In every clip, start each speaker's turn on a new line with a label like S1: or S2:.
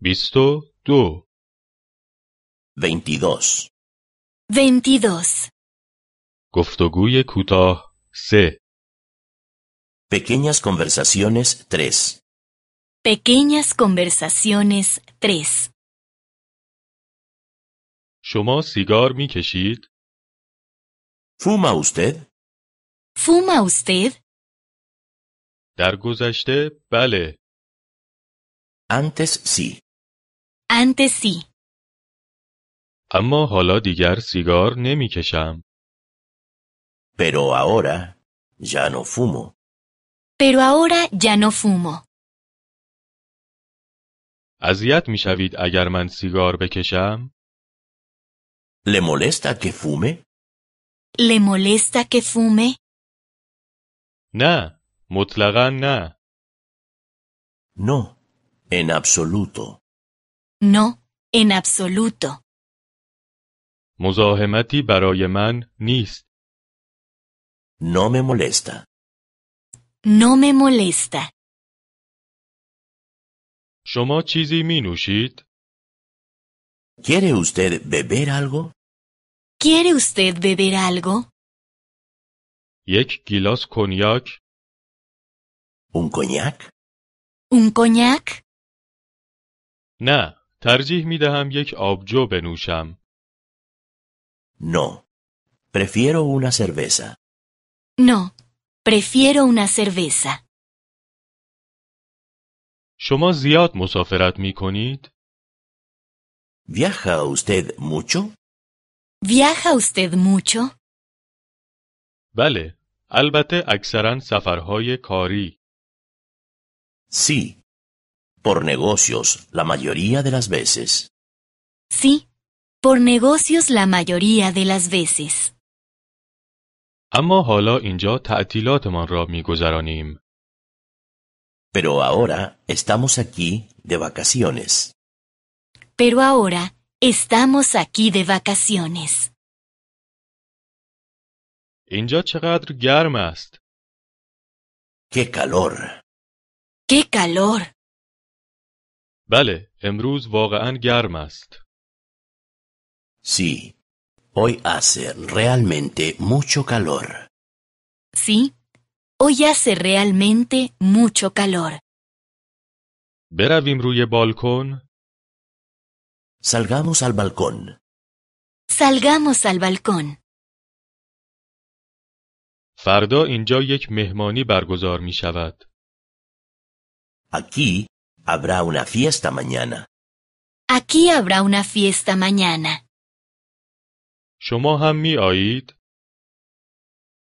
S1: بیست و دو
S2: 22.
S3: 22.
S1: گفتگوی کوتاه سه
S2: Pequeñas conversaciones 3.
S3: Pequeñas conversaciones 3.
S1: شما سیگار می کشید؟
S2: ¿Fuma usted?
S3: ¿Fuma usted?
S1: در گذشته بله
S2: Antes sí.
S3: Antes sí,
S1: اما حالا دیگر سیگار نمی کشم.
S2: Pero ahora ya no fumo.
S3: pero ahora ya no fumo.
S1: اذیت می شوید اگر من سیگار بکشم؟
S2: ¿Le molesta que fume?
S3: ¿Le molesta que fume?
S1: نه، مطلقا نه.
S2: No, en absoluto.
S3: No, en absoluto.
S1: مزاحمتی برای من نیست.
S2: No me molesta.
S3: No me molesta.
S1: شما چیزی می نوشید؟
S2: ¿Quiere usted beber algo?
S3: ¿Quiere usted beber algo?
S1: یک گیلاس کنیاک؟
S2: ¿Un coñac?
S3: ¿Un coñac?
S1: نه، ترجیح می دهم یک آبجو بنوشم.
S2: No. Prefiero una cerveza.
S3: No, prefiero una cerveza.
S1: شما زیاد مسافرت می کنید؟
S2: ¿Viaja usted mucho?
S3: ¿Viaja usted mucho?
S1: بله، البته اکثرا سفرهای کاری.
S2: Sí. Por negocios, la mayoría de las veces.
S3: Sí, por negocios la mayoría de las veces.
S1: اما حالا اینجا تعطیلاتمان را می گذرانیم.
S2: Pero ahora estamos aquí de vacaciones.
S3: Pero ahora estamos aquí de vacaciones.
S1: اینجا چقدر گرم است.
S2: ¡Qué calor!
S3: ¡Qué calor!
S1: بله، امروز واقعا گرم است.
S2: Sí. Hoy hace realmente mucho calor.
S3: Sí, hoy hace realmente mucho calor.
S1: برویم روی بالکن؟
S2: Salgamos al balcón.
S3: Salgamos al balcón.
S1: فردا اینجا یک مهمانی برگزار می شود.
S2: Aquí habrá una fiesta mañana.
S3: Aquí habrá una fiesta mañana.
S1: شما هم می آیید؟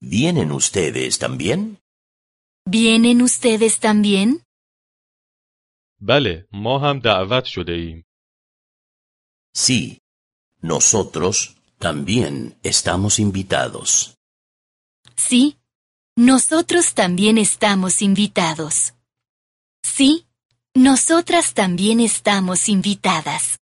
S2: ¿Vienen ustedes también?
S3: ¿Vienen ustedes también?
S1: بله، ما هم دعوت شده ایم.
S2: Sí. Nosotros también estamos invitados.
S3: Sí. Nosotros también estamos invitados. Sí. Nosotras también estamos invitadas.